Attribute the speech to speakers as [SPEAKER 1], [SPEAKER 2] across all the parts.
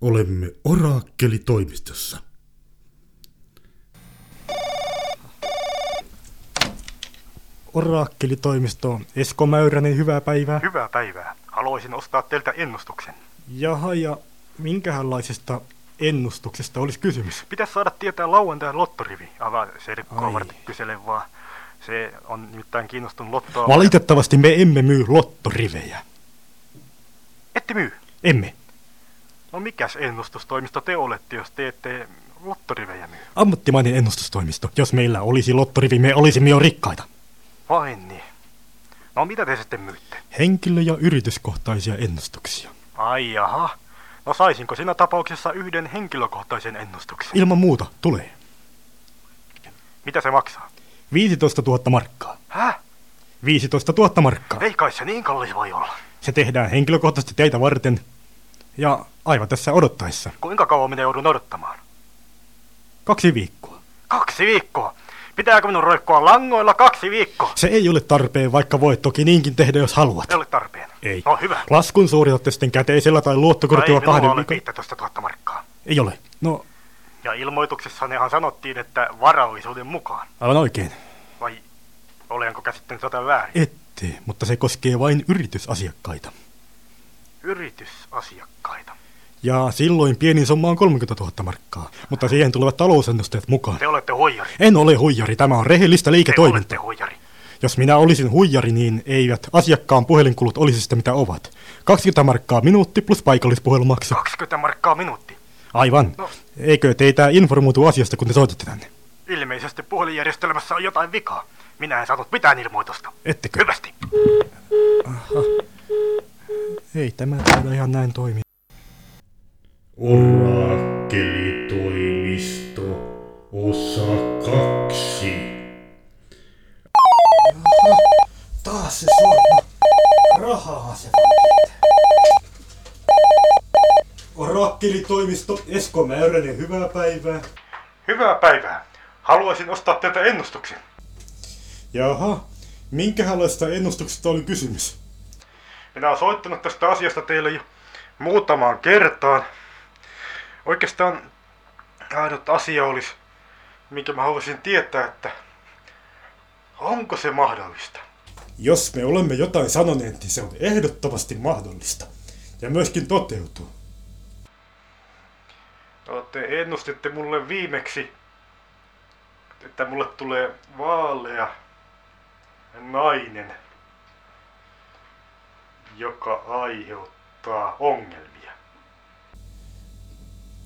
[SPEAKER 1] Olemme oraakkelitoimistossa.
[SPEAKER 2] Oraakkelitoimisto. Esko Mäyränen, hyvää päivää.
[SPEAKER 3] Hyvää päivää. Haluaisin ostaa teiltä ennustuksen.
[SPEAKER 2] Jaha, ja minkähänlaisesta ennustuksesta olisi kysymys?
[SPEAKER 3] Pitäisi saada tietää lauantain lottorivi. Ava Serkkoa
[SPEAKER 2] Ai.
[SPEAKER 3] varten kyselen vaan. Se on nimittäin kiinnostunut lottoa.
[SPEAKER 2] Valitettavasti me emme myy lottorivejä.
[SPEAKER 3] Ette myy.
[SPEAKER 2] Emme.
[SPEAKER 3] No mikäs ennustustoimisto te olette, jos te ette lottorivejä myy?
[SPEAKER 2] Ammattimainen ennustustoimisto. Jos meillä olisi lottorivi, me olisimme jo rikkaita.
[SPEAKER 3] Vain niin. No mitä te sitten myytte?
[SPEAKER 2] Henkilö- ja yrityskohtaisia ennustuksia.
[SPEAKER 3] Ai jaha. No saisinko siinä tapauksessa yhden henkilökohtaisen ennustuksen?
[SPEAKER 2] Ilman muuta tulee.
[SPEAKER 3] Mitä se maksaa?
[SPEAKER 2] 15 000 markkaa.
[SPEAKER 3] Häh?
[SPEAKER 2] 15 000 markkaa.
[SPEAKER 3] Ei kai se niin kallis voi olla.
[SPEAKER 2] Se tehdään henkilökohtaisesti teitä varten ja aivan tässä odottaessa.
[SPEAKER 3] Kuinka kauan minä joudun odottamaan?
[SPEAKER 2] Kaksi viikkoa.
[SPEAKER 3] Kaksi viikkoa. Pitääkö minun roikkua langoilla kaksi viikkoa?
[SPEAKER 2] Se ei ole tarpeen, vaikka voit toki niinkin tehdä, jos haluat.
[SPEAKER 3] Ei ole tarpeen.
[SPEAKER 2] Ei.
[SPEAKER 3] No hyvä. No,
[SPEAKER 2] Laskun suoritatte sitten käteisellä tai luottokortilla
[SPEAKER 3] ei minulla
[SPEAKER 2] kahden
[SPEAKER 3] ole
[SPEAKER 2] viikon...
[SPEAKER 3] 15 000 markkaa.
[SPEAKER 2] Ei ole. No,
[SPEAKER 3] Ja ilmoituksessanehan sanottiin, että varallisuuden mukaan.
[SPEAKER 2] aivan oikein.
[SPEAKER 3] Vai olenko käsitteen sata väärin?
[SPEAKER 2] Ette, mutta se koskee vain yritysasiakkaita.
[SPEAKER 3] Yritysasiakkaita.
[SPEAKER 2] Ja silloin pienin summa on 30 000 markkaa, mutta siihen tulevat talousennusteet mukaan.
[SPEAKER 3] Te olette huijari.
[SPEAKER 2] En ole huijari, tämä on rehellistä
[SPEAKER 3] Te olette
[SPEAKER 2] liiketoimintaa.
[SPEAKER 3] huijari.
[SPEAKER 2] Jos minä olisin huijari, niin eivät asiakkaan puhelinkulut olisi sitä mitä ovat. 20 markkaa minuutti plus paikallispuhelumaksu.
[SPEAKER 3] 20 markkaa minuutti.
[SPEAKER 2] Aivan.
[SPEAKER 3] No.
[SPEAKER 2] Eikö teitä informoitu asiasta, kun te soitatte tänne?
[SPEAKER 3] Ilmeisesti puhelinjärjestelmässä on jotain vikaa. Minä en saanut mitään ilmoitusta.
[SPEAKER 2] Ettekö?
[SPEAKER 3] Hyvästi.
[SPEAKER 2] Ei tämä täällä ihan näin toimi.
[SPEAKER 1] Oraakkelitoimisto, osa kaksi.
[SPEAKER 2] Taas se sorma. Rahaa se Orakkelitoimisto Esko Mäyränen, hyvää päivää.
[SPEAKER 3] Hyvää päivää. Haluaisin ostaa teiltä ennustuksen.
[SPEAKER 2] Jaha, minkälaista ennustuksesta oli kysymys?
[SPEAKER 3] Minä olen soittanut tästä asiasta teille jo muutamaan kertaan. Oikeastaan ainut asia olisi, minkä mä haluaisin tietää, että onko se mahdollista?
[SPEAKER 2] Jos me olemme jotain sanoneet, niin se on ehdottomasti mahdollista. Ja myöskin toteutuu.
[SPEAKER 3] No, Te ennustitte mulle viimeksi, että mulle tulee vaalea nainen, joka aiheuttaa ongelmia.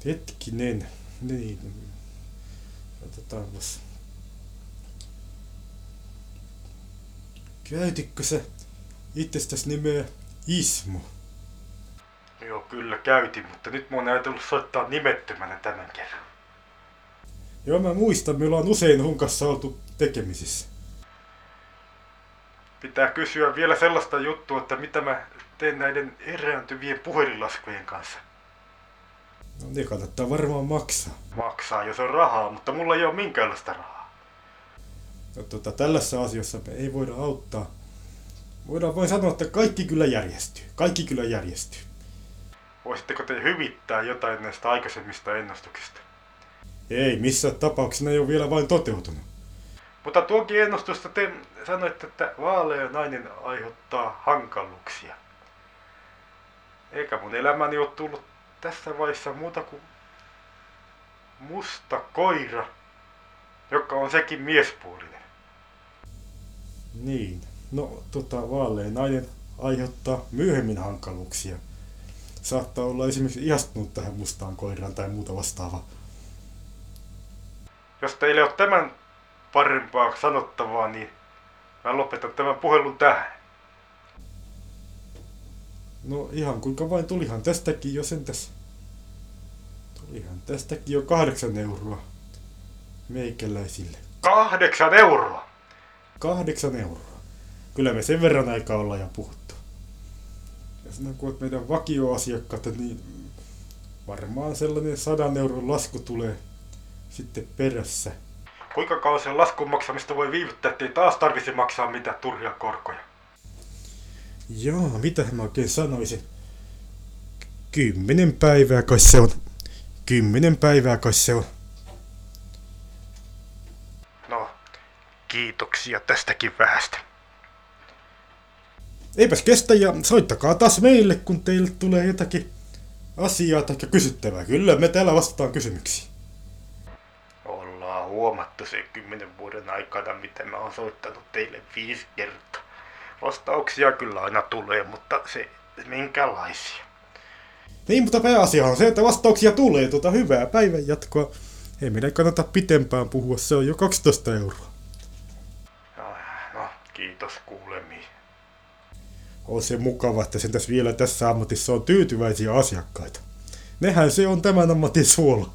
[SPEAKER 2] Hetkinen, niin. Otetaanpas. Käytitkö se itsestäsi nimeä Ismo?
[SPEAKER 3] Joo, kyllä käytin, mutta nyt mun on ajatellut soittaa nimettömänä tämän kerran.
[SPEAKER 2] Joo, mä muistan, me ollaan usein hun kanssa oltu tekemisissä.
[SPEAKER 3] Pitää kysyä vielä sellaista juttua, että mitä mä teen näiden erääntyvien puhelinlaskujen kanssa.
[SPEAKER 2] No ne kannattaa varmaan maksaa.
[SPEAKER 3] Maksaa, jos on rahaa, mutta mulla ei ole minkäänlaista rahaa.
[SPEAKER 2] No, tota, tällässä asiassa me ei voida auttaa. Voidaan vain sanoa, että kaikki kyllä järjestyy. Kaikki kyllä järjestyy.
[SPEAKER 3] Voisitteko te hyvittää jotain näistä aikaisemmista ennustuksista?
[SPEAKER 2] Ei, missä tapauksessa ne ei ole vielä vain toteutunut.
[SPEAKER 3] Mutta tuonkin ennustusta te sanoitte, että vaalea nainen aiheuttaa hankaluuksia. Eikä mun elämäni ole tullut tässä vaiheessa muuta kuin musta koira, joka on sekin miespuolinen.
[SPEAKER 2] Niin, no tota, vaalea nainen aiheuttaa myöhemmin hankaluuksia. Saattaa olla esimerkiksi ihastunut tähän mustaan koiraan tai muuta vastaavaa.
[SPEAKER 3] Jos teillä ei ole tämän parempaa sanottavaa, niin mä lopetan tämän puhelun tähän.
[SPEAKER 2] No ihan kuinka vain, tulihan tästäkin jo sentäs. Tulihan tästäkin jo kahdeksan euroa meikäläisille.
[SPEAKER 3] Kahdeksan euroa!
[SPEAKER 2] Kahdeksan euroa. Kyllä me sen verran aikaa ollaan ja puhuttu. Ja sinä kun olet meidän vakioasiakkaita, niin varmaan sellainen sadan euron lasku tulee sitten perässä.
[SPEAKER 3] Kuinka kauan sen laskun maksamista voi viivyttää, ettei taas tarvitse maksaa mitään turhia korkoja?
[SPEAKER 2] Joo, mitä mä oikein sanoisin? Kymmenen päivää kai se on. Kymmenen päivää kai se on.
[SPEAKER 3] No, kiitoksia tästäkin vähästä.
[SPEAKER 2] Eipäs kestä ja soittakaa taas meille, kun teille tulee jotakin asiaa tai kysyttävää. Kyllä me täällä vastataan kysymyksiin.
[SPEAKER 3] Ollaan huomattu se kymmenen vuoden aikana, miten mä oon soittanut teille viisi kertaa. Vastauksia kyllä aina tulee, mutta se minkälaisia.
[SPEAKER 2] Niin, mutta pääasia on se, että vastauksia tulee. Tuota hyvää päivän jatkoa. Ei meidän kannata pitempään puhua, se on jo 12 euroa.
[SPEAKER 3] No, no kiitos kuulemiin.
[SPEAKER 2] On se mukava, että sen tässä vielä tässä ammatissa on tyytyväisiä asiakkaita. Nehän se on tämän ammatin suola.